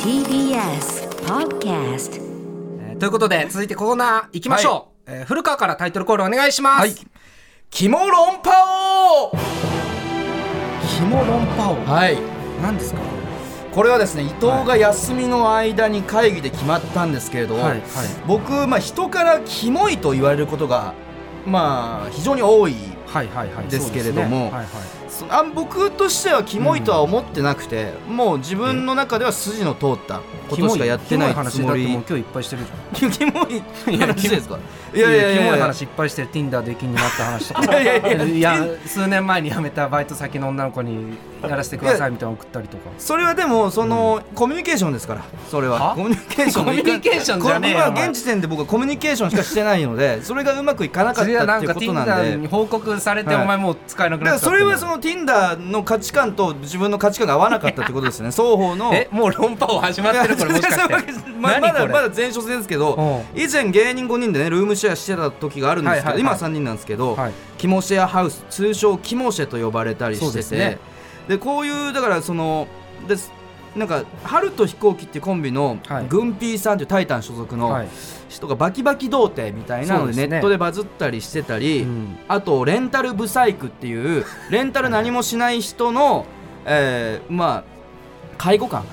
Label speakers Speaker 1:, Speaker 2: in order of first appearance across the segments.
Speaker 1: TBS Podcast
Speaker 2: えーということで続いてコーナー行きましょう、えー古川からタイトルコールお願いします、
Speaker 3: はい
Speaker 2: 肝論破王肝論破
Speaker 3: はい
Speaker 2: 王何ですか
Speaker 3: これはですね伊藤が休みの間に会議で決まったんですけれど、
Speaker 2: はいはい
Speaker 3: 僕、まあ、人からキモいと言われることが、まあ、非常に多い
Speaker 2: はいはいはい
Speaker 3: ですけれど
Speaker 2: そうで
Speaker 3: も
Speaker 2: すねはいはい
Speaker 3: そあ僕としてはキモいとは思ってなくて、もう自分の中では筋の通ったことしかやってないつ
Speaker 2: キモい話だ
Speaker 3: も
Speaker 2: って
Speaker 3: り
Speaker 2: もう今日いっぱいしてるじゃん
Speaker 3: キモい話ですかい
Speaker 2: い
Speaker 3: やいやいや
Speaker 2: キモい話いっぱいしてる Tinder できんになった話とか
Speaker 3: いやいやいや
Speaker 2: 数年前に辞めたバイト先の女の子にやらせてくださいみたいなの送ったりとか
Speaker 3: それはでもその、コミュニケーションですからそれは
Speaker 2: は
Speaker 3: コミュニケーションの
Speaker 2: コミ
Speaker 3: 一環
Speaker 2: ュニケーションじゃねえよ
Speaker 3: これ
Speaker 2: お
Speaker 3: 今
Speaker 2: 前
Speaker 3: 現時点で僕はコミュニケーションしかしてないのでそれがうまくいかなか っ
Speaker 2: それは
Speaker 3: た
Speaker 2: な
Speaker 3: っ
Speaker 2: ん
Speaker 3: てい
Speaker 2: か
Speaker 3: うことなん
Speaker 2: Tinder に
Speaker 3: で
Speaker 2: 報告されて
Speaker 3: はい
Speaker 2: お前もう使えなく
Speaker 3: だ
Speaker 2: な
Speaker 3: か
Speaker 2: っちゃ
Speaker 3: ら
Speaker 2: った
Speaker 3: それはその Tinder の価値観と自分の価値観が合わなかったってことですね双方の
Speaker 2: えもう論破王始まってるこれもし かして
Speaker 3: まま
Speaker 2: 何こ
Speaker 3: だ
Speaker 2: れ
Speaker 3: まだ前職ですけど
Speaker 2: う
Speaker 3: 以前芸人5人でねルームシェアしてた時があるんですけど、
Speaker 2: はいはいはい
Speaker 3: 今は3人なんですけど、
Speaker 2: はい
Speaker 3: キモシェアハウス通称キモシェと呼ばれたりして
Speaker 2: そうで
Speaker 3: て
Speaker 2: す
Speaker 3: で、
Speaker 2: ね
Speaker 3: こういうだからそのですなんか春と飛行機ってコンビの
Speaker 2: はい
Speaker 3: グンピーさんというタイタン所属
Speaker 2: は
Speaker 3: の
Speaker 2: い
Speaker 3: 人がバキバキ童貞みたいなの
Speaker 2: そうです
Speaker 3: で
Speaker 2: ね
Speaker 3: ネットでバズったりしてたり、
Speaker 2: うん
Speaker 3: あとレンタルブサイクって いうレンタル何もしない人の、えーまあ介護官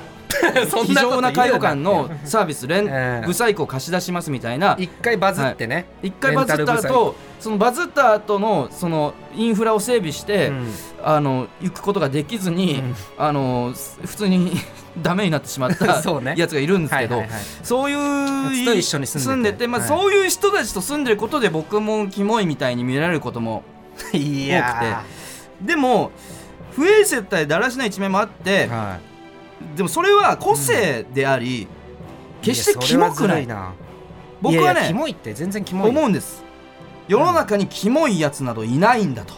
Speaker 2: そ
Speaker 3: 非
Speaker 2: んなこと言う
Speaker 3: 常な介護官のサービスレン、
Speaker 2: ええ
Speaker 3: ブサイクを貸し出しますみたいな
Speaker 2: 一回バズってね、
Speaker 3: 一回バズった
Speaker 2: レンタルブ
Speaker 3: 後そのバズった後のそのインフラを整備し
Speaker 2: サ
Speaker 3: て、
Speaker 2: イクうん
Speaker 3: あの行くことができずに、
Speaker 2: うん
Speaker 3: あのす普通に ダメになってしまった
Speaker 2: そうね
Speaker 3: やつがいるんです
Speaker 2: は
Speaker 3: け
Speaker 2: いはい
Speaker 3: ど
Speaker 2: はい
Speaker 3: そういう
Speaker 2: やつと一緒に住んでて
Speaker 3: まあ
Speaker 2: はい
Speaker 3: そういう人たちと住んでることで僕もキモいみたいに見られることも
Speaker 2: いや
Speaker 3: でも不衛生対だらしない一面もあって、
Speaker 2: ーはい
Speaker 3: でもそれは個性であり、決してキモ
Speaker 2: やそれ
Speaker 3: くない
Speaker 2: はずるな
Speaker 3: 僕はい
Speaker 2: やいや
Speaker 3: ね
Speaker 2: キモいって全然キモい
Speaker 3: 思うんです世の中にキモいやつなどいないんだと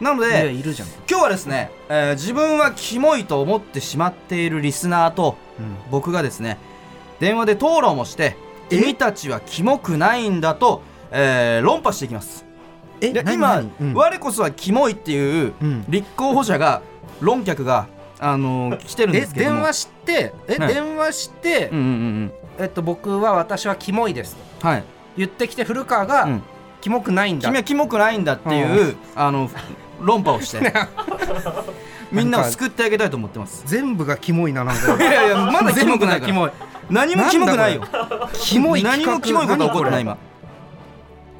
Speaker 3: なの
Speaker 2: いや
Speaker 3: で
Speaker 2: いるじゃん、
Speaker 3: 今日はですね、えー自分はキモいと思ってしまっているリスナーと
Speaker 2: うん
Speaker 3: 僕がですね電話で討論をして
Speaker 2: え
Speaker 3: 君たちはキモくないんだと、えー論破していきます
Speaker 2: え
Speaker 3: で
Speaker 2: 何
Speaker 3: 今、
Speaker 2: 何うん
Speaker 3: 我こそはキモいっていう
Speaker 2: うん
Speaker 3: 立候補者が論客が、あのー来てるん
Speaker 2: え
Speaker 3: ですけども
Speaker 2: 電話してえ、
Speaker 3: はい
Speaker 2: 電話して、
Speaker 3: うんうんうん
Speaker 2: えっと、僕は私はキモいですと
Speaker 3: うんはい、
Speaker 2: 言ってきて古川が、
Speaker 3: うん
Speaker 2: キモくないんだ
Speaker 3: 君はキモくないんだっていう、あの論破をして みんなを救ってあげたいと思ってます
Speaker 2: 全部がキモいななんか
Speaker 3: いやいや まだキモくないから
Speaker 2: 全部が
Speaker 3: 何もキモくないよ
Speaker 2: キモいキモい
Speaker 3: 何もキモいことは起こってない今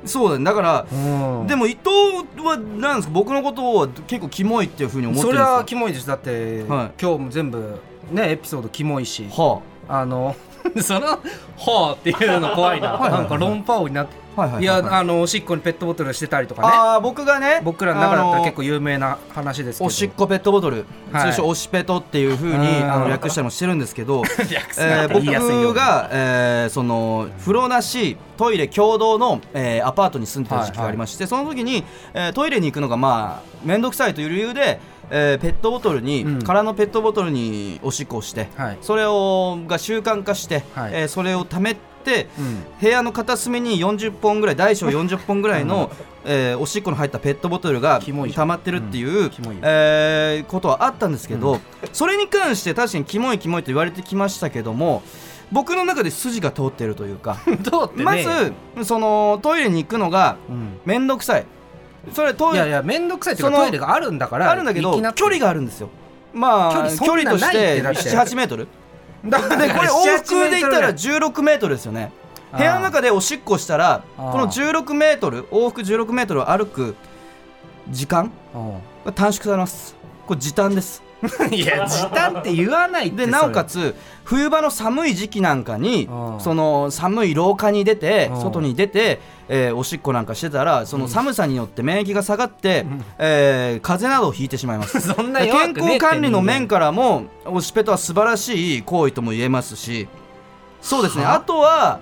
Speaker 3: そうだねだから
Speaker 2: キ、モい
Speaker 3: で
Speaker 2: も
Speaker 3: も伊藤はなんですか僕のことを結構キモいっていうふうに思って
Speaker 2: そ
Speaker 3: るんで
Speaker 2: れ
Speaker 3: すか
Speaker 2: はキモいですだって、
Speaker 3: はい
Speaker 2: 今日も全部ねエピソードキモいし
Speaker 3: は
Speaker 2: あの その「ほう」っていうの怖いな
Speaker 3: はいはいはい
Speaker 2: なんか論破王になって
Speaker 3: あ、はいはいはい
Speaker 2: いや
Speaker 3: はい
Speaker 2: あのおしっこにペットボトルしてたりとかね
Speaker 3: あー僕がね
Speaker 2: 僕らの中だった
Speaker 3: あ
Speaker 2: ら
Speaker 3: のー
Speaker 2: 結構有名な話ですけど
Speaker 3: お しっこペットボトル、
Speaker 2: はい
Speaker 3: 通称おしペトっていうふうに
Speaker 2: うん
Speaker 3: あの略したりもしてるんですけ ど、
Speaker 2: 略すな
Speaker 3: えー
Speaker 2: って言いやすいように
Speaker 3: 僕が、えーその風呂なしトイレ共同の、えーアパートに住んでた時期がありまして、その時に、えートイレに行くのがまあ面倒くさいという理由で、えーペットボトルに、
Speaker 2: うん
Speaker 3: 空のペットボトルにおしっこをして、
Speaker 2: はい
Speaker 3: それをが習慣化して、
Speaker 2: はい
Speaker 3: えーそれを貯めて、
Speaker 2: うん
Speaker 3: 部屋の片隅に40本ぐらい大小40本ぐらいの、えーおしっこの入ったペットボトルが
Speaker 2: キモい
Speaker 3: 溜まってるっていう、
Speaker 2: キモいよ
Speaker 3: えーことはあったんですけど、
Speaker 2: う
Speaker 3: それに関して確かにキモいキモいと言われてきましたけども僕の中で筋が通ってるという か
Speaker 2: どうってね
Speaker 3: まずそのトイレに行くのが
Speaker 2: うん
Speaker 3: 面倒くさいそれト
Speaker 2: い
Speaker 3: イレ
Speaker 2: やいや面倒くさいっていうか
Speaker 3: その
Speaker 2: トイレがあるんだから
Speaker 3: あるんだけど
Speaker 2: 行きなって
Speaker 3: 距離があるんですよまあ
Speaker 2: 距離そんな
Speaker 3: とし
Speaker 2: ないって
Speaker 3: て
Speaker 2: だって
Speaker 3: 78メートル
Speaker 2: だか
Speaker 3: で
Speaker 2: ら
Speaker 3: こ れ往復で言ったら16メートルですよね
Speaker 2: あー
Speaker 3: 部屋の中でおしっこしたらこ
Speaker 2: あー
Speaker 3: の16メートル往復16メートルを歩く時間
Speaker 2: う
Speaker 3: が短縮されますこれ時短です
Speaker 2: んい や時短って言わないって
Speaker 3: で
Speaker 2: それ
Speaker 3: なおかつ冬場の寒い時期なんかに
Speaker 2: あー
Speaker 3: その寒い廊下に出て
Speaker 2: あー
Speaker 3: 外に出て、えーおしっこなんかしてたらその寒さによって免疫が下がって、
Speaker 2: ん
Speaker 3: えー風邪などをひいてしまいます
Speaker 2: そんな弱
Speaker 3: 健
Speaker 2: くねえ
Speaker 3: 康
Speaker 2: って
Speaker 3: 管理の面からもおしペトは素晴らしい行為とも言えますしそうですね
Speaker 2: は
Speaker 3: あとは、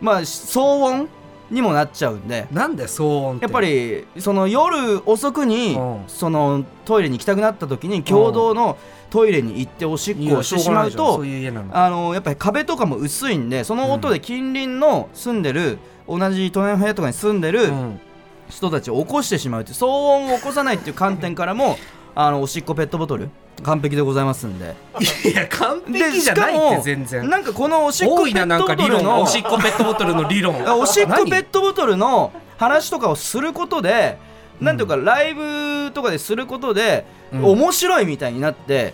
Speaker 3: まあ、し騒音にもなっちゃうんで
Speaker 2: 人間なんで騒音て
Speaker 3: やっぱりその夜遅くに
Speaker 2: うん
Speaker 3: そのトイレに行きたくなった時に共同のトイレに行っておしっ
Speaker 2: い
Speaker 3: こ
Speaker 2: や
Speaker 3: をしてしま
Speaker 2: ょがない
Speaker 3: う
Speaker 2: じゃんそ
Speaker 3: と
Speaker 2: ういう家なの
Speaker 3: あのやっぱり壁とかも薄いんでその音で近隣の住んでる、同じ隣の部屋とかに住んでる
Speaker 2: うん
Speaker 3: 人たちを起こしてしまうっていう騒音を起こさないっていう観点からもあのおしっこペットボトル完璧でございますんで
Speaker 2: いや完
Speaker 3: で
Speaker 2: 璧じゃないって全然
Speaker 3: なんかこのおしっこ
Speaker 2: 多
Speaker 3: ペ
Speaker 2: いな
Speaker 3: ッ
Speaker 2: なん
Speaker 3: トボ
Speaker 2: か
Speaker 3: ト
Speaker 2: 理
Speaker 3: ル
Speaker 2: 論
Speaker 3: の
Speaker 2: おしっこペットボトルの理論
Speaker 3: おしっこペッ
Speaker 2: ト
Speaker 3: トボトルの話とかをすることでなんていうかライブとかですることで、
Speaker 2: うん
Speaker 3: 面白いみたいになって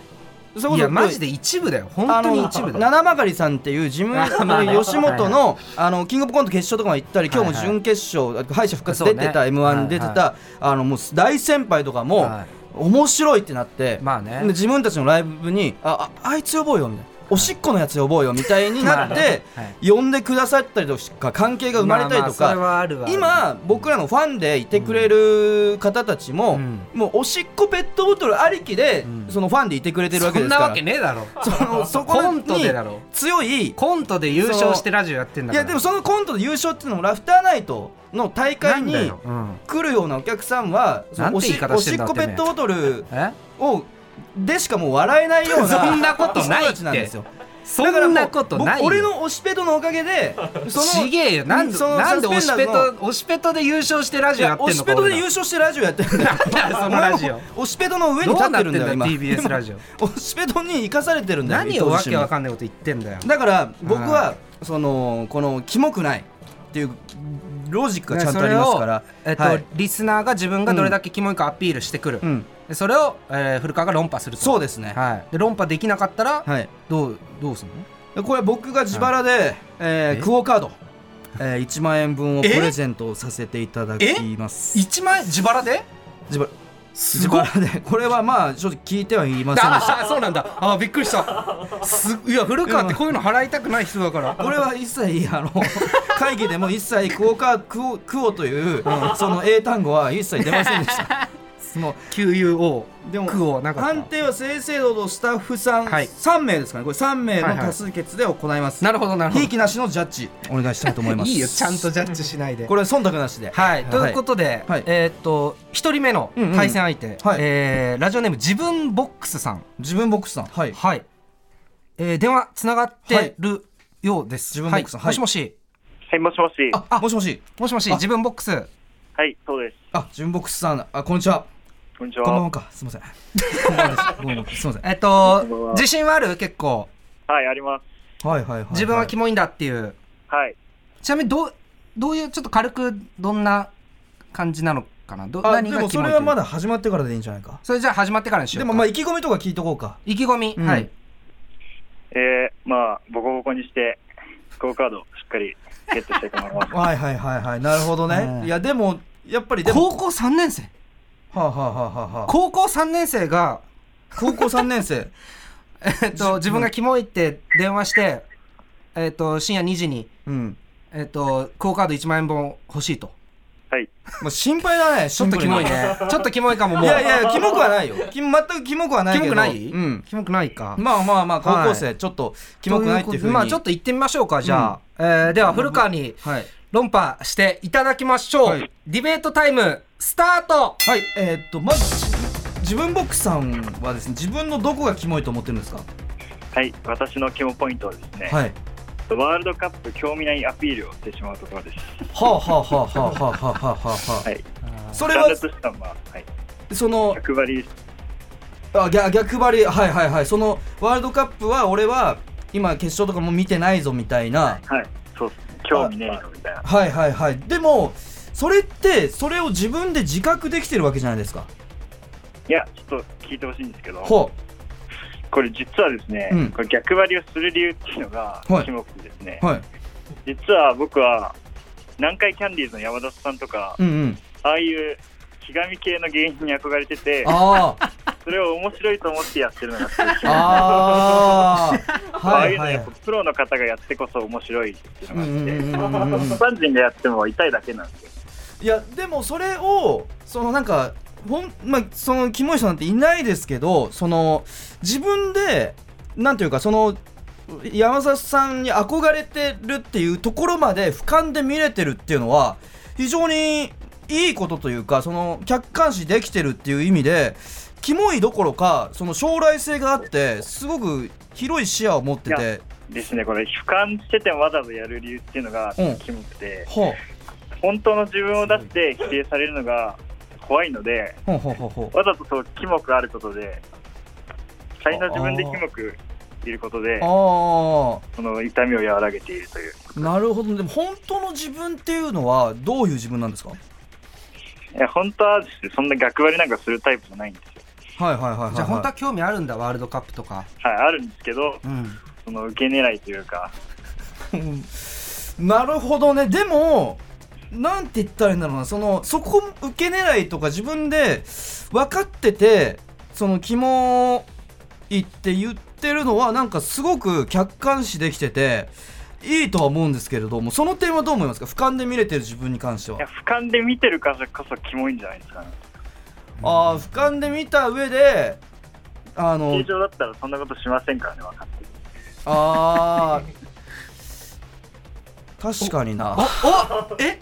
Speaker 3: それこそ
Speaker 2: いやマジで一部だよ本
Speaker 3: あ
Speaker 2: 当
Speaker 3: の
Speaker 2: に一部だよ
Speaker 3: 七曲さんっていう自分
Speaker 2: あ まあね
Speaker 3: 吉本のあのキングオブコント決勝とかも行ったり今日も準決勝敗者復活出てた
Speaker 2: そうね
Speaker 3: m 1出
Speaker 2: は
Speaker 3: て
Speaker 2: いは
Speaker 3: たあのもう大先輩とかも
Speaker 2: はい
Speaker 3: 面白いってなって
Speaker 2: まあね
Speaker 3: で自分たちのライブにあああいつ呼ぼうよみたいな。おしっこのやつ呼ぼうよみたいになっ
Speaker 2: まあ
Speaker 3: て
Speaker 2: ね はい
Speaker 3: 呼んでくださったりとか関係が生まれたりと
Speaker 2: まあまあそれ
Speaker 3: か
Speaker 2: はあるわ
Speaker 3: 今僕らのファンでいてくれる方たちも
Speaker 2: うん
Speaker 3: もうおしっこペットボトルありきで
Speaker 2: うん
Speaker 3: そのファンでいてくれてるわけ
Speaker 2: そ
Speaker 3: で
Speaker 2: ん
Speaker 3: すか
Speaker 2: な
Speaker 3: ら
Speaker 2: わけねえだろ
Speaker 3: そのそこ
Speaker 2: コ
Speaker 3: に
Speaker 2: ントでだろ
Speaker 3: 強いい
Speaker 2: コントで優勝してラジオやってんだから
Speaker 3: やでもそのコントで優勝っていうのもラフターナイトの大会
Speaker 2: なんだ
Speaker 3: に
Speaker 2: ようん
Speaker 3: 来るようなお客さんはそ
Speaker 2: なん
Speaker 3: の
Speaker 2: て
Speaker 3: おし
Speaker 2: 言い方
Speaker 3: お
Speaker 2: して
Speaker 3: し
Speaker 2: ん
Speaker 3: っ
Speaker 2: だ
Speaker 3: こペットボトル
Speaker 2: え
Speaker 3: をでしかもう笑えないような
Speaker 2: そんなことないって
Speaker 3: 人たちなんですよ
Speaker 2: そんなこと
Speaker 3: だから
Speaker 2: ない
Speaker 3: 僕
Speaker 2: よ
Speaker 3: 俺のおしペトのおかげでそ
Speaker 2: ちげえよなんで
Speaker 3: その
Speaker 2: なんで
Speaker 3: サ
Speaker 2: オ
Speaker 3: ス
Speaker 2: シ
Speaker 3: ペ
Speaker 2: ペ
Speaker 3: ンダー
Speaker 2: トオシペトで優勝してラジオやってんの
Speaker 3: お
Speaker 2: か
Speaker 3: しペトで優
Speaker 2: 勝
Speaker 3: 勝してラジオやってるんだよ
Speaker 2: なんだよそのラジオ
Speaker 3: おしペトの上に
Speaker 2: どう
Speaker 3: 立っ
Speaker 2: なってて
Speaker 3: る
Speaker 2: んだ
Speaker 3: ん
Speaker 2: よ
Speaker 3: だよ今
Speaker 2: TBS ラジオ
Speaker 3: おしペトに生かされてるんだよ
Speaker 2: 何をわけわ
Speaker 3: ん
Speaker 2: か んないこと言ってんだよ
Speaker 3: だから僕
Speaker 2: は
Speaker 3: はそのこのキモくないっていうロジックがちゃんとありますから
Speaker 2: それを、えっと
Speaker 3: はい
Speaker 2: リスナーが自分がどれだけキモいかアピールしてくる、
Speaker 3: うん、
Speaker 2: でそれを、えー古川が論破すると
Speaker 3: そうですね
Speaker 2: はい、で論破できなかったら、
Speaker 3: はい
Speaker 2: どうどうするの
Speaker 3: でこれ僕が自腹で、えー
Speaker 2: え
Speaker 3: クオ・カード、えー、1万円分をプ
Speaker 2: え
Speaker 3: レゼントさせていただきます
Speaker 2: 1万円自腹で
Speaker 3: 自腹
Speaker 2: す
Speaker 3: 自腹でこれはまあ正直聞いてはいませんでした
Speaker 2: ああそうなんだあーびっくりしたすいや古川ってこういうの払いたくない人だから
Speaker 3: これは一切あの会議でも一切クオカクオクオという、その英単語は一切出ませんでしたその
Speaker 2: QUO
Speaker 3: でも
Speaker 2: クオなかった
Speaker 3: 判定は正々堂々スタッフさん、
Speaker 2: はい
Speaker 3: 3名ですかねこれ3名の
Speaker 2: はいはい
Speaker 3: 多数決で行います
Speaker 2: なるほどなるほ
Speaker 3: ひ
Speaker 2: ど
Speaker 3: いきなしのジャッジお願いしたいと思います
Speaker 2: いいよちゃんとジャッジしないで
Speaker 3: これは忖度なしでは
Speaker 2: はい、ということで、
Speaker 3: はい
Speaker 2: えーっと一人目の
Speaker 3: うんうん
Speaker 2: 対戦相手、
Speaker 3: はい
Speaker 2: えーラジオネーム自分ボックスさん
Speaker 3: 自分ボックスさんはい
Speaker 2: はい、えー電話つながっ
Speaker 3: はい
Speaker 2: てるようです、
Speaker 3: 自分ボックスさん
Speaker 2: はい、も
Speaker 3: はい
Speaker 2: しもし
Speaker 4: はい、もしもし。
Speaker 3: あもしもし
Speaker 2: もしもし
Speaker 3: あ
Speaker 2: 自分ボックス
Speaker 4: はい、そうです。
Speaker 3: あ自分ボックスさんあこんにちは
Speaker 4: こんにちは。
Speaker 3: こんばんはかすいませんこんばんはですごめん すいません
Speaker 2: えっと
Speaker 4: こんばんは
Speaker 2: 自信はある結構
Speaker 4: はい、あります。
Speaker 3: はいはいはい
Speaker 2: 自分はキモいんだっていう、
Speaker 4: はい。
Speaker 2: ちなみにどうどういうちょっと軽くどんな感じなのかなど
Speaker 3: あ
Speaker 2: 何
Speaker 3: で
Speaker 2: が
Speaker 3: も
Speaker 2: キ
Speaker 3: そ
Speaker 2: モい
Speaker 3: れ
Speaker 2: とい
Speaker 3: は
Speaker 2: う
Speaker 3: まだ始まってからでいいんじゃないか
Speaker 2: それじゃあ始まってからにしよう
Speaker 3: で
Speaker 2: か
Speaker 3: もまあ意気込みとか聞いとこうか
Speaker 2: 意気込み、
Speaker 3: うん
Speaker 2: はい
Speaker 4: えー、まあ、ボコボコにして、クオカード、しっかりゲットしたいと思 います。
Speaker 3: はいはいはいはいなるほどね、
Speaker 2: はい
Speaker 3: いやでもやっぱりでも
Speaker 2: 高校3年生
Speaker 3: はあ、はあはあはあはあ、
Speaker 2: 高校3年生が
Speaker 3: 高校3年生
Speaker 2: えっと、自分がキモいって電話して、えっと、深夜2時に、
Speaker 3: うん
Speaker 2: えっと、クオカード1万円分欲しいと。
Speaker 4: はい。
Speaker 3: まあ、心配だね
Speaker 2: ちょっとキモいね。ちょっとキモいかも、も。
Speaker 3: いうやいやキモくはないよき 全くキモくはない
Speaker 2: キ
Speaker 3: け
Speaker 2: モ
Speaker 3: ど
Speaker 2: くない、
Speaker 3: うん、
Speaker 2: キモくないか。
Speaker 3: まあまあまあ
Speaker 2: はい
Speaker 3: 高校生ちょっとキモくないっていうふうに
Speaker 2: まあ、ちょっと行ってみましょうか、じゃあ。えーでは、古川に
Speaker 3: はい
Speaker 2: 論破していただきましょう。
Speaker 3: はい
Speaker 2: ディベートタイム、スタート
Speaker 3: はいえーっとまず自分ボックスさんはですね自分のどこがキモいと思ってるんですか
Speaker 4: はい、私のキモポイントはですね、
Speaker 3: はい
Speaker 4: ワールドカップ興味ないアピールをしてしまうところです。
Speaker 3: はあはあはあはあはあはあはあはあ
Speaker 4: はい。
Speaker 3: そ
Speaker 4: ス
Speaker 3: れ
Speaker 4: タン
Speaker 3: は
Speaker 4: ダードしたのは、はい、
Speaker 3: その
Speaker 4: 役割です。
Speaker 3: あ逆逆張りはいはいはいそのワールドカップは俺は今決勝とかも見てないぞみたいな
Speaker 4: はい、そうですね。興味ねえよ、みたいな。
Speaker 3: はいはいはいでもそれってそれを自分で自覚できてるわけじゃないですか
Speaker 4: いや、ちょっと聞いてほしいんですけど、
Speaker 3: ほ
Speaker 4: これ実はですね、
Speaker 3: うん
Speaker 4: これ逆張りをする理由っていうのが
Speaker 3: はい、
Speaker 4: キモくてですね、
Speaker 3: うはい
Speaker 4: 実は僕は、南海キャンディーズの山田さんとか、
Speaker 3: うんうん
Speaker 4: ああいう気がみ系の芸人に憧れてて、
Speaker 3: あー
Speaker 4: それを面白いと思ってやってるのが好きです。
Speaker 3: あー
Speaker 4: ああ
Speaker 3: はい
Speaker 4: いうの
Speaker 3: は
Speaker 4: はいやっぱプロの方がやってこそ面白いっていうの
Speaker 3: うんうんう
Speaker 4: があって、
Speaker 3: んうんうん
Speaker 4: 一般人がやっても痛いだけなんですよ。
Speaker 3: いやでもそれをそのなんかほんまあそのキモい人なんていないですけどその自分でなんていうかその山里さんに憧れてるっていうところまで俯瞰で見れてるっていうのは非常にいいことというかその客観視できてるっていう意味でキモいどころかその将来性があってすごく広い視野を持って
Speaker 4: い
Speaker 3: て。
Speaker 4: ですね、これ、俯瞰しててわざわざやる理由っていうのが
Speaker 3: うん
Speaker 4: キモくて、
Speaker 3: ほ
Speaker 4: 本当の自分を出して否定されるのが怖いので、
Speaker 3: うほうほうほうほう
Speaker 4: わざとそうキモくあることで、大な自分でキモくいることで
Speaker 3: ああ
Speaker 4: その痛みを和らげているという
Speaker 3: なるほどでも本当の自分っていうのはどういう自分なんですかはい
Speaker 4: え本当はですねそんな学割なんかするタイプじゃないんですよ
Speaker 3: はいはいはい、はい、
Speaker 2: じゃあ本当は興味あるんだワールドカップとか
Speaker 4: はいあるんですけど
Speaker 2: うん
Speaker 4: その受け狙いというか
Speaker 3: なるほどねでもなんて言ったらいいんだろうなそのそこ受け狙いとか自分で分かっててそのキモいって言ってるのはなんかすごく客観視できてていいとは思うんですけれどもその点はどう思いますか俯瞰で見れてる自分に関してはい
Speaker 4: や俯瞰で見てるからこそキモいんじゃないですかね
Speaker 3: あー俯瞰で見た上であの
Speaker 4: 正常だったらそんなことしませんからね分かってる
Speaker 3: あー確かにな
Speaker 2: おえ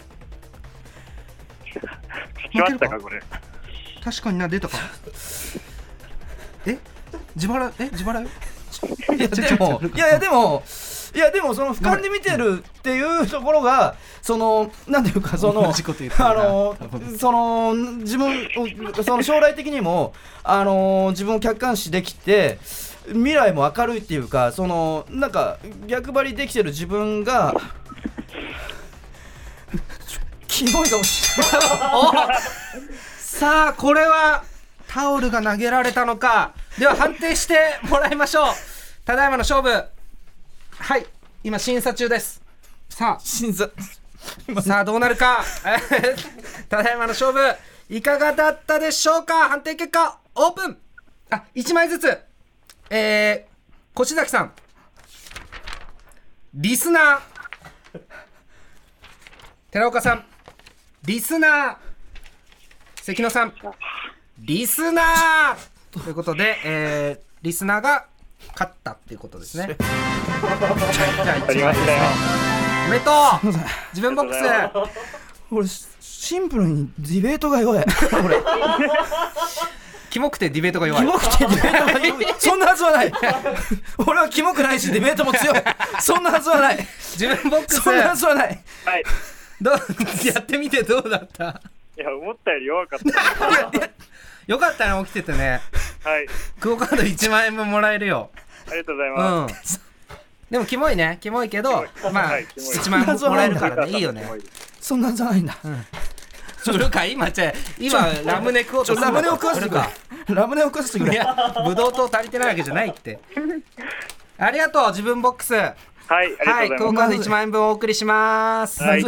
Speaker 4: 聞きましたか これ
Speaker 2: 確かにな出た かえ自腹え自腹よ
Speaker 3: いやでもいやいやでもいやでもその俯瞰で見てるっていうところがそのなんていうかその
Speaker 2: 同じこと言ってるな
Speaker 3: あの
Speaker 2: 多分
Speaker 3: その自分をその将来的にもあの自分を客観視できて未来も明るいっていうかそのなんか逆張りできてる自分がキモいかもしれない
Speaker 2: さあこれはタオルが投げられたのかでは判定してもらいましょうただいまの勝負はい今審査中ですさ
Speaker 3: 審査
Speaker 2: あさあどうなるか ただいまの勝負いかがだったでしょうか判定結果オープンあ1枚ずつえー、越崎さんリスナー寺岡さんリスナー関野さんリスナーということで、えー、リスナーが勝ったっていうことですね。じゃあ一
Speaker 4: ありま
Speaker 2: 枚
Speaker 4: したよ
Speaker 2: おめでとう自分ボックス
Speaker 4: ありがと
Speaker 3: 俺シンプルにディベート が弱い俺
Speaker 2: キモくてディベートが弱
Speaker 3: キ
Speaker 2: い
Speaker 3: モくてディベートが弱い そんなはずはない 俺はキモくないしディベートも強いそんなはずはない
Speaker 2: 自分ボックス
Speaker 3: そんなはずはない
Speaker 4: はい
Speaker 2: どうやってみてどうだった
Speaker 4: いや思ったより弱かった
Speaker 2: よかったね起きててね
Speaker 4: はい
Speaker 2: クオカード1万円分もらえるよ
Speaker 4: ありがとうございうま
Speaker 2: んでもキモいねキモいけどまあ
Speaker 4: はいキモい
Speaker 2: 1万円もらえる
Speaker 4: す、
Speaker 2: からねいいよね
Speaker 3: そんなはずはないんだ
Speaker 2: それか今じゃあ今ラムネ食おう
Speaker 3: ちょ
Speaker 2: と
Speaker 3: ラムネを食わ
Speaker 2: す
Speaker 3: せ
Speaker 2: る
Speaker 3: て
Speaker 2: の
Speaker 3: くれ
Speaker 2: か
Speaker 3: ラムネを食わせて
Speaker 2: い
Speaker 3: くれ
Speaker 2: や、ブドウ糖足りてないわけじゃないって。ありがとう、自分ボックス。は
Speaker 4: はいあ
Speaker 2: い、
Speaker 4: り
Speaker 2: ク
Speaker 4: がとう
Speaker 2: オ
Speaker 4: ございま
Speaker 2: カード1
Speaker 4: す、
Speaker 2: 万円分お送りします。
Speaker 4: はい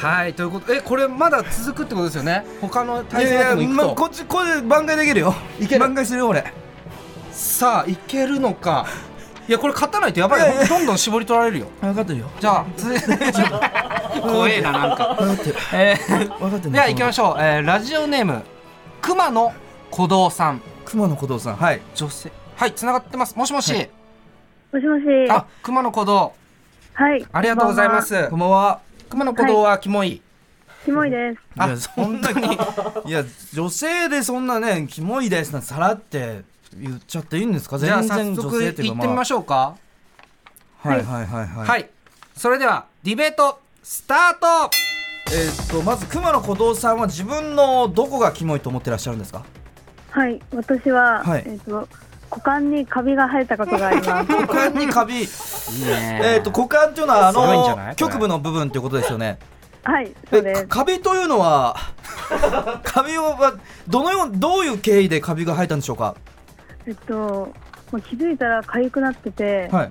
Speaker 2: はい、ということえ、これまだ続くってことですよね。他の
Speaker 3: い
Speaker 2: 対戦
Speaker 3: や
Speaker 2: 相手
Speaker 3: いや、
Speaker 2: も
Speaker 3: ま、
Speaker 2: 行くと。
Speaker 3: こっちこれ挽回できるよ
Speaker 2: いける
Speaker 3: 挽回するよ俺
Speaker 2: さあ、いけるのか。いや、これ勝たないとやばいよ
Speaker 3: いやいや
Speaker 2: どんどん絞り取られるよ。
Speaker 3: 分かってるよ
Speaker 2: じゃあ、続いて。 怖えな、なんか。
Speaker 3: 分かってる
Speaker 2: えー
Speaker 3: 分かってる
Speaker 2: では、行きま
Speaker 3: し
Speaker 2: しょう。えーラジオネーム、熊野小堂さん。
Speaker 3: ょう熊野小堂さんはい
Speaker 2: 女性。はい、繋がってます。もしもし。
Speaker 3: は
Speaker 5: もしもし。
Speaker 2: あ、熊野小堂。
Speaker 5: はい。
Speaker 2: ありがとうございま
Speaker 5: こんばんは。
Speaker 2: す
Speaker 3: こん。ばんは
Speaker 2: 熊野古道はキモい。
Speaker 5: キモいです。
Speaker 3: い
Speaker 2: あ
Speaker 3: やそんなにいや女性でそんなねキモいですなんてさらって言っちゃっていいんですか
Speaker 2: じゃあ
Speaker 3: 全
Speaker 2: 早
Speaker 3: 然
Speaker 2: 速
Speaker 3: 女
Speaker 2: 行
Speaker 3: 性
Speaker 2: っ
Speaker 3: って
Speaker 2: て
Speaker 3: いうか
Speaker 2: みましょうか。
Speaker 3: あはいはいはいはい
Speaker 2: はい。それではディベートスタート。
Speaker 3: えーっとまず熊野古道さんは自分のどこがキモいと思ってらっしゃるんですか
Speaker 5: はい。私は、
Speaker 3: はい
Speaker 5: えっ、と、股間にカビが生えたことがあります。
Speaker 3: 股間にカビえ
Speaker 2: いいね
Speaker 3: ーっと股間っていうのはあ
Speaker 2: すごいんじゃないこ
Speaker 3: の
Speaker 2: れ
Speaker 3: 局部の部分っていうことですよね
Speaker 5: はい。そうで
Speaker 3: え
Speaker 5: す。
Speaker 3: カビというのは カビをはどのようどういう経緯でカビが生えたんでしょうか
Speaker 5: えっと、もう気づいたら痒くなってて、
Speaker 3: はい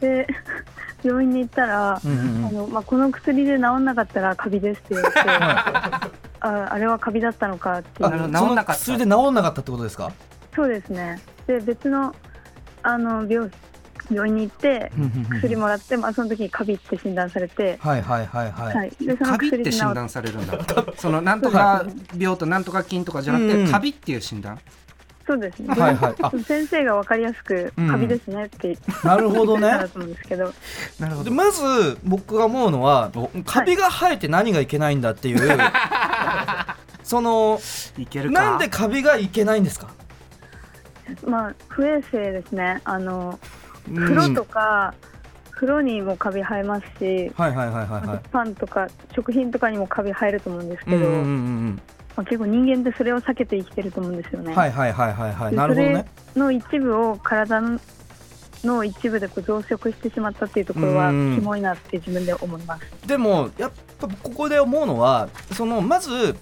Speaker 5: で、病院に行ったら、
Speaker 3: うんうんう
Speaker 5: あ
Speaker 3: ん
Speaker 5: のまあ、この薬で治んなかったらカビですって言われて、 ああれはカビだったのかってい
Speaker 3: あ
Speaker 5: う
Speaker 2: なるほど治んな
Speaker 3: その
Speaker 2: かった
Speaker 3: 薬で治んなかったってことですか
Speaker 5: そうですねで別のあの病病院に行って薬もらって、まあ、その時にカビって診断されて、
Speaker 3: はいはいはいはい、
Speaker 5: はい、でその
Speaker 2: カビっ
Speaker 5: 薬で
Speaker 2: て
Speaker 5: 治
Speaker 2: 診断されるんだ。 そのなんとか病となんとか菌とかじゃなく
Speaker 3: うん
Speaker 2: てカビっていう診断。
Speaker 5: そうですね、
Speaker 3: はいはいあ
Speaker 5: 先生が分かりやすく
Speaker 3: うん
Speaker 5: カビですねって言って
Speaker 3: なるほど
Speaker 5: く れた
Speaker 3: ね
Speaker 5: らと思うんですけど、
Speaker 2: なるほ
Speaker 3: で。まず僕が思うのはカビが生えて何がいけないんだって いう、その
Speaker 2: いけるか。
Speaker 3: なんでカビがいけないんですか
Speaker 5: まあ不衛生ですねあの
Speaker 3: うん
Speaker 5: 風呂とか、風呂にもカビ生えますし、
Speaker 3: はいはいはいはいは
Speaker 5: あ
Speaker 3: い
Speaker 5: とパンとか食品とかにもカビ生えると思うんですけ
Speaker 3: う
Speaker 5: ど、
Speaker 3: んうんうんうん
Speaker 5: まあ、結構人間ってそれを避けて生きてると思うんですよね。
Speaker 3: はいはいはいはいはい
Speaker 5: で
Speaker 3: なるほどね
Speaker 5: それの一部を体の一部でこう増殖してしまったっていうところは
Speaker 3: う
Speaker 5: キ
Speaker 3: ん
Speaker 5: モいなって自分で思います。
Speaker 3: でもやっぱここで思うのはそのまず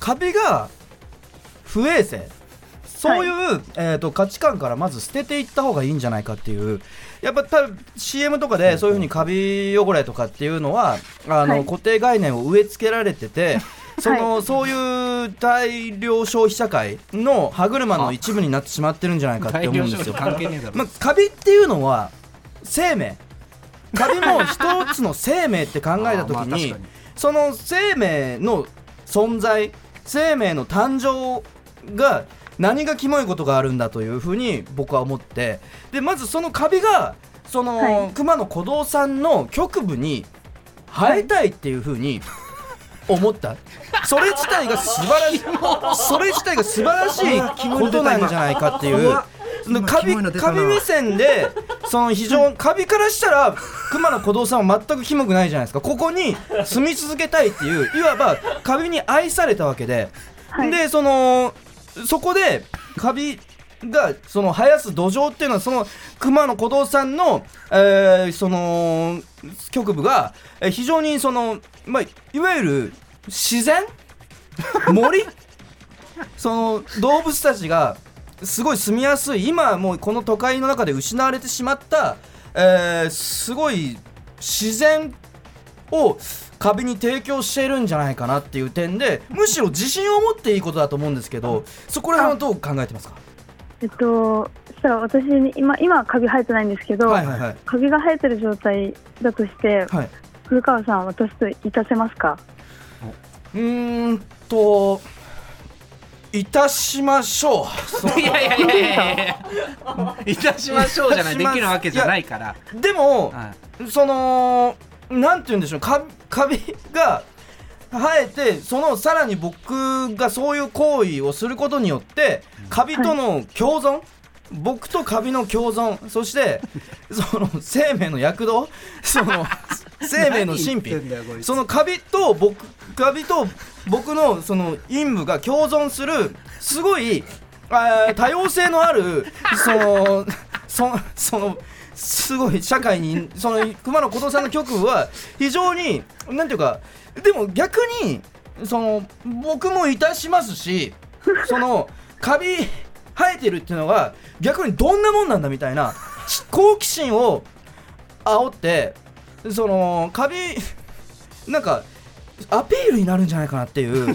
Speaker 3: 壁が不衛生そういう、えー、と価値観からまず捨てていった方がいいんじゃないかっていうやっぱ多分 CM とかでそういうふうにカビ汚れとかっていうのはあの、
Speaker 5: はい
Speaker 3: 固定概念を植え付けられてて。そのそういう大量消費社会の歯車の一部になってしまってるんじゃないかって
Speaker 2: 大
Speaker 3: 思
Speaker 2: 量
Speaker 3: うんです
Speaker 2: 消
Speaker 3: よ。
Speaker 2: 費関係ねえだろ
Speaker 3: まあ、カビっていうのは生命カビも一つの生命って考えた
Speaker 2: あーまあ確
Speaker 3: 時
Speaker 2: か
Speaker 3: に
Speaker 2: に
Speaker 3: その生命の存在生命の誕生が何がキモいことがあるんだというふうに僕は思ってでまずそのカビがその、
Speaker 5: はい
Speaker 3: 熊野古道さんの局部に生えたいっていうふうに思った、それ自体が素 晴らしいそれ自体が素晴らしいことなんじゃないかっていう
Speaker 2: 怖っ
Speaker 3: その
Speaker 2: 今
Speaker 3: カビ
Speaker 2: キモいの出た
Speaker 3: カ
Speaker 2: な
Speaker 3: ビ目線でその非常にカビからしたら熊野古道さんは全くキモくないじゃないですかここに住み続けたいっていういわばカビに愛されたわけで、
Speaker 5: はい
Speaker 3: でそのそこでカビがその生やす土壌っていうのはその熊野古道さんの、えーその局部がえー非常にその、まあ、いわゆる自然 森その動物たちがすごい住みやすい今もうこの都会の中で失われてしまった、えーすごい自然を壁に提供しているんじゃないかなっていう点でむしろ自信を持っていいことだと思うんですけどそこら辺はどう考えてますか
Speaker 5: えっと、そしたら私に今今はカビ生えてないんですけど、
Speaker 3: はいはいはい
Speaker 5: カビが生えてる状態だとして、
Speaker 3: はい
Speaker 5: 古川さんは私といたせますか
Speaker 3: うーんといたしましょう
Speaker 2: いやいやいやいやいやいたしましょうじゃない
Speaker 3: いたし
Speaker 2: で
Speaker 3: ます
Speaker 2: きるわけじゃない から
Speaker 3: でも、
Speaker 2: は
Speaker 3: そのなんて言うんでしょうカビカビが生えてそのさらに僕がそういう行為をすることによってカビとの共存、僕とカビの共存そしてその生命の躍動その生命の神
Speaker 2: 何言ってんだよこ
Speaker 3: 秘
Speaker 2: いつ
Speaker 3: そのカビと僕カビと僕のその陰部が共存するすごいあー多様性のある そのそそのすごい社会にその熊野琴さんの曲は非常になんていうかでも逆にその僕もいたします しそのカビ生えてるっていうのが逆にどんなもんなんだみたいなし好奇心を煽ってそのカビなんかアピールになるんじゃないかなって いう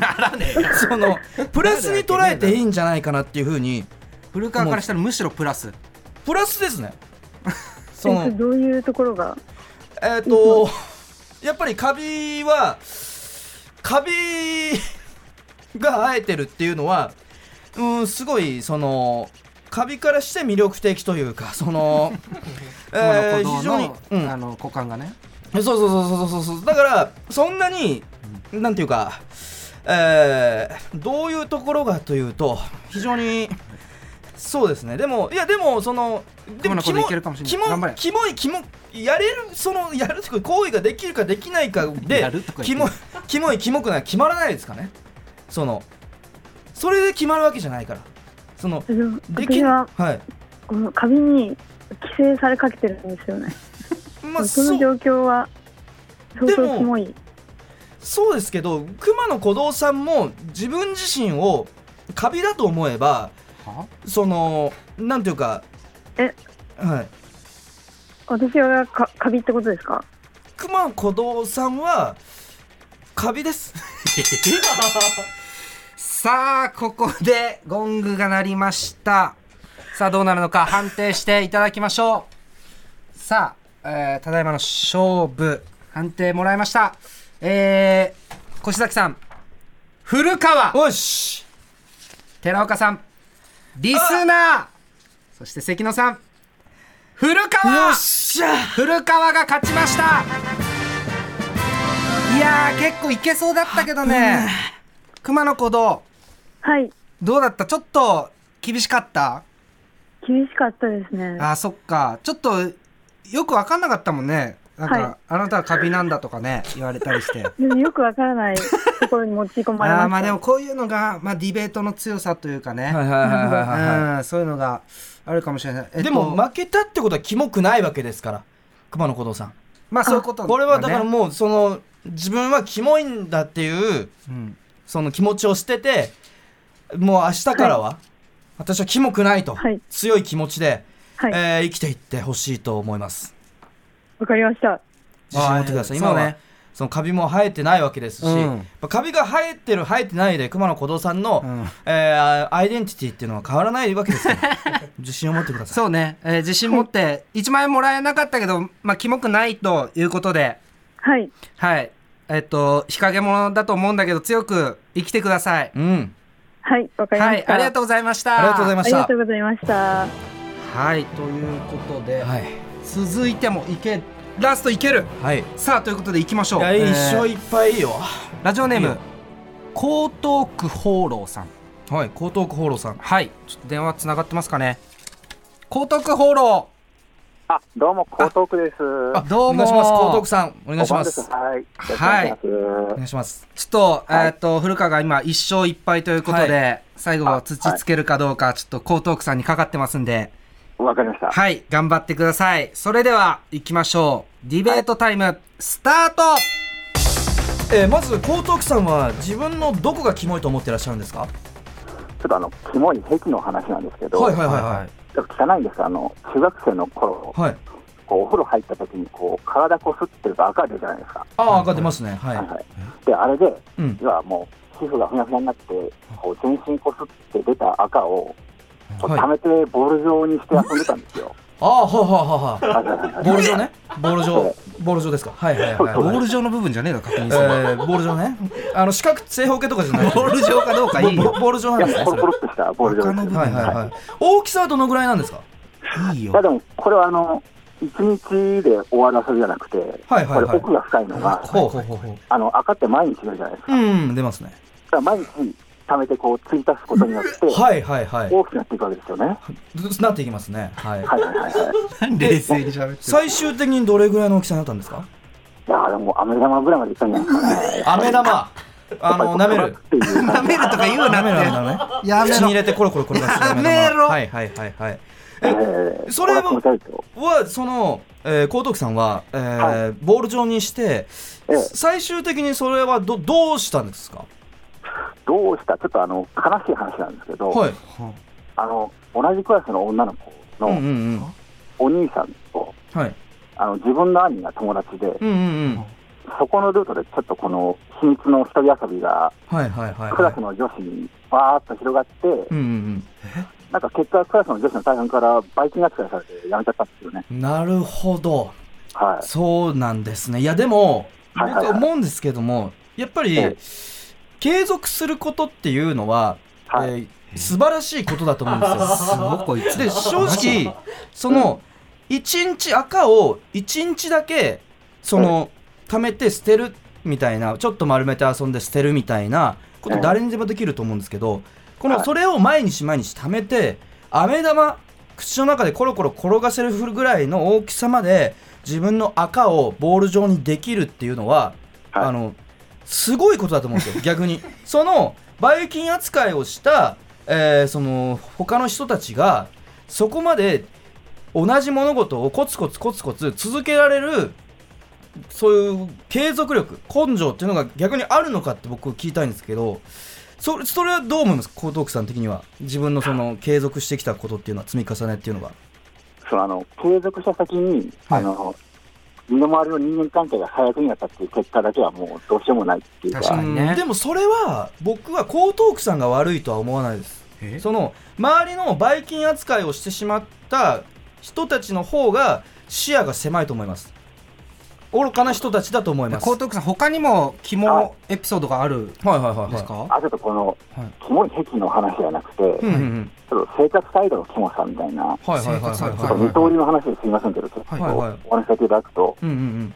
Speaker 3: そのプラスに捉えていいんじゃないかなっていうふうに
Speaker 2: 古川からしたらむしろプラス
Speaker 3: プラスです ねそ
Speaker 5: え
Speaker 3: の
Speaker 5: どういうところが
Speaker 3: えっ、 と、やっぱりカビは、カビが生えてるっていうのは、うん、すごい、その、カビからして魅力的というか、その、えー
Speaker 2: この子供
Speaker 3: 非常に
Speaker 2: の、
Speaker 3: うん
Speaker 2: あ、の股間がね
Speaker 3: そうそうそうそうそうそうだからそんなになんていうか、えーどういうところがというと非常にそうですねでもいやでもそので
Speaker 2: 今の
Speaker 3: キ
Speaker 2: こと
Speaker 3: モ
Speaker 2: いけるかもしれない
Speaker 3: キモ
Speaker 2: 頑張れ
Speaker 3: キモいキモやれるそのやるというか行為ができるかできないかで
Speaker 2: やるとか言って
Speaker 3: キモキモいキモくない決まらないですかねそのそれで決まるわけじゃないからその
Speaker 5: でも
Speaker 3: でき
Speaker 5: 私は
Speaker 3: はい
Speaker 5: このカビに寄生されかけてるんですよね。
Speaker 3: まあ
Speaker 5: その状況は相
Speaker 3: でも
Speaker 5: 当キモい。
Speaker 3: そうですけど熊野古道さんも自分自身をカビだと思えば
Speaker 2: は
Speaker 3: そのなんていうか
Speaker 5: え
Speaker 3: はい
Speaker 5: 私はかカビってことですか
Speaker 3: 熊野古道さんはカビです
Speaker 2: さあここでゴングが鳴りましたさあどうなるのか判定していただきましょうさあ、えーただいまの勝負判定もらいましたえー、越崎さん古川
Speaker 3: よし
Speaker 2: 寺岡さんリスナーそして関野さん古
Speaker 3: よ
Speaker 2: 川
Speaker 3: っしゃ
Speaker 2: 古川が勝ちましたいやー結構いけそうだったけどね熊野古道
Speaker 5: はい、
Speaker 2: どうだったちょっと厳しかった
Speaker 5: 厳しかったですね。
Speaker 2: あーそっかちょっとよく分かんなかったもんねなんか、
Speaker 5: はい
Speaker 2: あなたはカビなんだとかね、言われたり して。
Speaker 5: でよくわからないところに持ち込まれまし
Speaker 2: あ
Speaker 5: た。
Speaker 2: あまあでもこういうのが、まあ、ディベートの強さというかね、
Speaker 3: はいはいはいはいはい
Speaker 2: うんそういうのがあるかもしれない、えっと
Speaker 3: でも負けたってことはキモくないわけですから熊野古道さん
Speaker 2: まあそういうこと
Speaker 3: これはだから
Speaker 2: ね
Speaker 3: もうその自分はキモいんだっていう
Speaker 2: うん
Speaker 3: その気持ちを捨ててもう明日からは私はキモくないと、
Speaker 5: はい
Speaker 3: 強い気持ちで、
Speaker 5: はい
Speaker 3: えー生きていってほしいと思います
Speaker 5: わかりました。
Speaker 3: 自信を持ってください
Speaker 2: あーそ
Speaker 3: 今
Speaker 2: うね
Speaker 3: はそのカビも生えてないわけですし、
Speaker 2: うん
Speaker 3: やっぱカビが生えてる生えてないで熊野古道さんの、
Speaker 2: うん
Speaker 3: えーアイデンティティっていうのは変わらないわけ ですから自信を持ってください
Speaker 2: そうね、えー自信持 って1万円もらえなかったけど、まあ、キモくないということで
Speaker 5: はい。
Speaker 2: はいえっと日陰者だと思うんだけど強く生きてください
Speaker 3: うん
Speaker 5: はい。わかりま
Speaker 2: は
Speaker 5: し
Speaker 2: い
Speaker 5: た。
Speaker 2: ありがとうございました
Speaker 3: ありがとうございま
Speaker 5: あ
Speaker 3: し
Speaker 5: り
Speaker 3: た
Speaker 5: がとうございました。
Speaker 2: はいということで、
Speaker 3: はい
Speaker 2: 続いてもいけラストいける
Speaker 3: はいい
Speaker 2: さあということでいきましょう
Speaker 3: や
Speaker 2: えー
Speaker 3: 一生いっぱいいいよ
Speaker 2: ラジオネー
Speaker 3: いい
Speaker 2: ム
Speaker 3: よ
Speaker 2: 江東区放浪さん
Speaker 3: はい江東区放浪さん
Speaker 2: はいちょっと電話つながってますかね江東区放浪
Speaker 6: あ、どうも、江東区です。
Speaker 3: あ
Speaker 2: どうも
Speaker 3: お願いします江東区さんお願いしま
Speaker 6: お
Speaker 3: す
Speaker 6: ばんです
Speaker 2: は
Speaker 6: はいい。
Speaker 3: お願いします
Speaker 2: ちょっと、
Speaker 6: はい
Speaker 2: えーっと古川が今一勝一敗ということで、
Speaker 3: は
Speaker 2: 最後は土つけるかどうかちょっと江東区さんにかかってますんで
Speaker 6: わかりました。
Speaker 2: はい、頑張ってくださいそれでは行きましょうディベートタイム、スタート
Speaker 3: えーまず江東区さんは自分のどこがキモいと思ってらっしゃるんですか
Speaker 6: ちょっとあの、キモい癖の話なんですけど、
Speaker 3: はいはいはいはい
Speaker 6: ちょっと汚いんですが、あの、中学生の頃、
Speaker 3: はい
Speaker 6: こうお風呂入った時に、こう、体こすってると赤いじゃないですか。
Speaker 3: ああ上がってますねはい
Speaker 6: はいはい。で、あれで、
Speaker 3: うん
Speaker 6: 要はもう、皮膚がふにゃふにゃになって、こう、全身こすって出た赤を、こう
Speaker 3: はい
Speaker 6: 溜めてボール状にして遊んでたんですよ。
Speaker 3: ああはいはいはい
Speaker 6: はいはいはい
Speaker 3: はいボール状ねボール状ボール状ですかはいはいはい
Speaker 2: ボー
Speaker 3: はい
Speaker 2: ル状の部分じゃねえの確認
Speaker 3: え
Speaker 2: する、
Speaker 3: ーボール状ねあの四角正方形とかじゃない
Speaker 2: ボール状かどうか
Speaker 3: ボ
Speaker 2: いいよ
Speaker 3: ボール状なんです
Speaker 6: い
Speaker 3: ね
Speaker 6: や、
Speaker 3: そ
Speaker 6: コロ
Speaker 3: れ
Speaker 6: コロっとしたボール状です
Speaker 2: 赤の部分
Speaker 3: はいはいはい大きさはどのぐらいなんですか
Speaker 2: いい
Speaker 6: いや
Speaker 2: よ
Speaker 6: でも、これはあの、一日で終わらせるじゃなくて、
Speaker 3: はいはいはい
Speaker 6: これ奥が深いのが、
Speaker 3: ほうほうほうほう
Speaker 6: あの、赤って毎日出るじゃないですか。
Speaker 3: うん出ますね
Speaker 6: だから毎日貯めてこう、継ぎ足すことによって、
Speaker 3: はいはいはい
Speaker 6: 大きくなっていくわけですよね。
Speaker 3: なっていきますねはい
Speaker 6: はいはいはいはい。
Speaker 2: 冷静に喋ってる
Speaker 3: 最終的にどれぐらいの大きさになったんですか
Speaker 6: いやーでも、アメ玉ぐらいまでいったんじゃないですかね。
Speaker 3: 飴玉あの舐める
Speaker 6: っていう。
Speaker 2: 舐めるとか言うな
Speaker 3: 舐める
Speaker 2: っ
Speaker 3: 飴玉ね
Speaker 2: てや
Speaker 3: 口に入
Speaker 2: めろ
Speaker 3: れてコロコロ転がす飴玉
Speaker 2: やめろ
Speaker 3: はいはいはいはい
Speaker 6: え ー
Speaker 3: それは
Speaker 6: こは冷たいと。
Speaker 3: はその、えー、江東区さんは、えーボール状にして、
Speaker 6: ええ
Speaker 3: 最終的にそれはどどうしたんですか
Speaker 6: どうしたちょっとあの、悲しい話なんですけど、
Speaker 3: はい、
Speaker 6: あの、同じクラスの女の子
Speaker 3: うんう
Speaker 6: の
Speaker 3: んうん、は
Speaker 6: お兄さんと、
Speaker 3: い
Speaker 6: あの、自分の兄が友達で、
Speaker 3: うんうんうん
Speaker 6: そこのルートでちょっとこの、秘密の一人遊びが、
Speaker 3: はいはいはい
Speaker 6: クラス
Speaker 3: はい
Speaker 6: の女子にバーッと広がって、
Speaker 3: うんうん
Speaker 6: なんか結果、クラスの女子の大半からバイキン扱いされてやめちゃったんですよね。
Speaker 3: うんなるほど
Speaker 6: はい。
Speaker 3: そうなんですねいやでも
Speaker 6: はいはいはい
Speaker 3: 僕思うんですけどもやっぱり、
Speaker 6: ええ
Speaker 3: 継続することっていうのは、
Speaker 6: はい
Speaker 3: えー素晴らしいことだと思うんです よ
Speaker 2: すごいこいつ
Speaker 3: で正直その1日赤を1日だけその貯めて捨てるみたいなちょっと丸めて遊んで捨てるみたいなこと
Speaker 6: うん
Speaker 3: 誰にでもできると思うんですけどこ
Speaker 6: は
Speaker 3: の
Speaker 6: い
Speaker 3: それを毎日毎日貯めて飴玉口の中でコロコロ転がせるぐらいの大きさまで自分の赤をボール状にできるっていうのは、
Speaker 6: はい
Speaker 3: あのすごいことだと思うんですよ 逆にそのバイキン扱いをした、えーその他の人たちがそこまで同じ物事をコツコツコツコツ続けられるそういう継続力根性っていうのが逆にあるのかって僕聞いたいんですけどそれそれはどう思います江東区さん的には自分のその継続してきたことっていうのは積み重ねっていうのが
Speaker 6: そのあの継続した先に、
Speaker 3: はい
Speaker 6: あの身の回りの人間関係が最悪になったっていう結果だけはもうどうしようもないっていうか、
Speaker 2: 確かにね
Speaker 3: うんでもそれは僕は江東区さんが悪いとは思わないです
Speaker 2: え
Speaker 3: その周りのバイキン扱いをしてしまった人たちの方が視野が狭いと思います愚かな人たちだと思い
Speaker 2: 江
Speaker 3: ます
Speaker 2: 東区さん他にもキモエピソードがあるん
Speaker 3: はいはいはいはい
Speaker 2: ですか、
Speaker 6: あちょっとこの、
Speaker 2: はい
Speaker 6: キモい癖の話じゃなくて、
Speaker 3: うんうんうん
Speaker 6: ちょっと生活態度のキモさみたいな、
Speaker 3: はいはいはいはい
Speaker 2: 生活
Speaker 6: ちょっと二
Speaker 3: は
Speaker 6: 刀流の話ですみませんけど、ちょっと
Speaker 2: はい
Speaker 3: はいはい
Speaker 6: お話しさせていただくと、
Speaker 3: いうんうんうん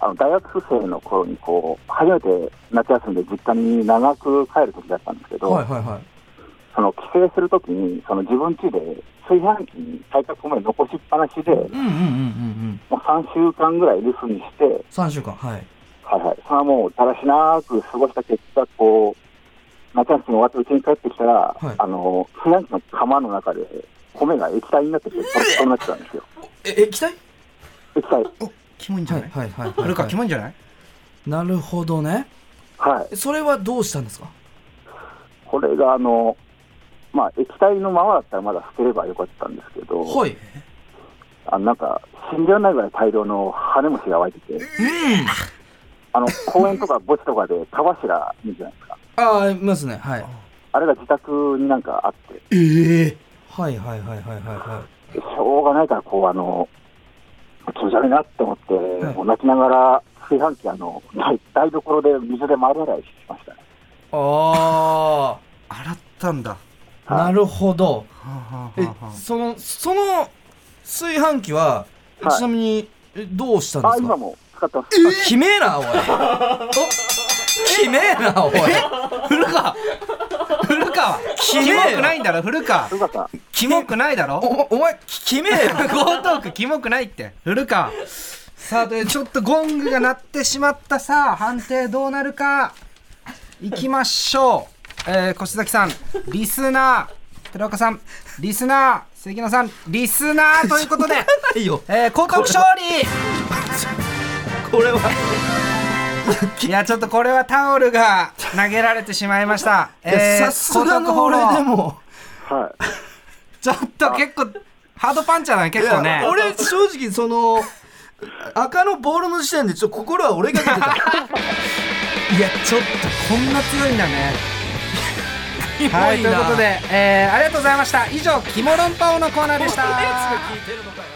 Speaker 6: あの大学生の頃にこう初めて夏休んで実家に長く帰る時だったんですけど、
Speaker 3: はいはいはい
Speaker 6: その帰省するときに、その自分家で炊飯器に体格まで残しっぱなしで、
Speaker 3: うんうんうんうんうん
Speaker 6: もう3週間ぐらい留守にして、
Speaker 3: 3週間はい
Speaker 6: はいはい、それはもうだらしなく過ごした結果、こう夏休み終わってうちに帰ってきたら、
Speaker 3: はい
Speaker 6: あの炊飯器の釜の中で米が液体になってて、パッとになってたんですよ。
Speaker 3: え液体
Speaker 6: 液体、
Speaker 2: キモいんじゃ
Speaker 3: はい
Speaker 2: ない
Speaker 3: はいはい
Speaker 2: はるかキ
Speaker 3: は
Speaker 2: モいんじゃない
Speaker 3: いなるほどね
Speaker 6: はい、
Speaker 3: それはどうしたんですか
Speaker 6: これがあの、まあ、液体のままだったらまだ捨てればよかったんですけど、
Speaker 3: はい
Speaker 6: あのなんか信じられないぐらい大量の羽虫が湧いてて、
Speaker 3: うん
Speaker 6: あの公園とか墓地と かで田柱いるじゃないですか、
Speaker 3: ああいますねはい
Speaker 6: あれが自宅になんかあって、
Speaker 3: ええはいはいはいはいはいは
Speaker 6: しょうがないから、こう、あの、気持ち悪いなって思って、
Speaker 3: い
Speaker 6: もう泣きながら、炊飯器、あの、台台所で水で丸洗いしましたね。
Speaker 3: いあ
Speaker 2: 洗ったんだは
Speaker 3: あなるほど
Speaker 2: あはあ
Speaker 3: え
Speaker 2: はあはあ
Speaker 3: そのその炊飯器は、
Speaker 6: はい
Speaker 3: ちなみにえどうしたんで
Speaker 6: あ、
Speaker 3: すか
Speaker 6: 今も使ってます。
Speaker 3: ひめえなおいひめえなおい
Speaker 2: 古川古川
Speaker 3: キ
Speaker 2: キ
Speaker 3: モい
Speaker 2: モ
Speaker 3: よ
Speaker 2: くないんだろ古川
Speaker 6: あ、よかった。
Speaker 2: キモくないだろ
Speaker 3: おお前きめえよ
Speaker 2: 江東区キモくないって古川さあというちょっとゴングが鳴ってしまったさあ判定どうなるかいきましょう、えー、越崎さんリスナー寺岡さんリスナー関野さんリスナーということで、
Speaker 3: いよ
Speaker 2: えー、広告勝利
Speaker 3: これはい
Speaker 2: やちょっとこれはタオルが投げられてしまいました。
Speaker 3: い
Speaker 2: え
Speaker 3: や
Speaker 2: ー
Speaker 3: さすがの
Speaker 2: 江東区ホー
Speaker 3: 俺
Speaker 2: ロー
Speaker 3: でも
Speaker 6: はい。
Speaker 2: ちょっと結構ハードパンチャーだね結構ね。
Speaker 3: 俺正直その赤のボールの時点でちょっと心は俺が出てた いやちょっ
Speaker 2: こんな強いんだね。
Speaker 3: と
Speaker 2: はいということで、えーありがとうございました。以上キモロンパオのコーナーでした。
Speaker 3: 聞いてるのかよ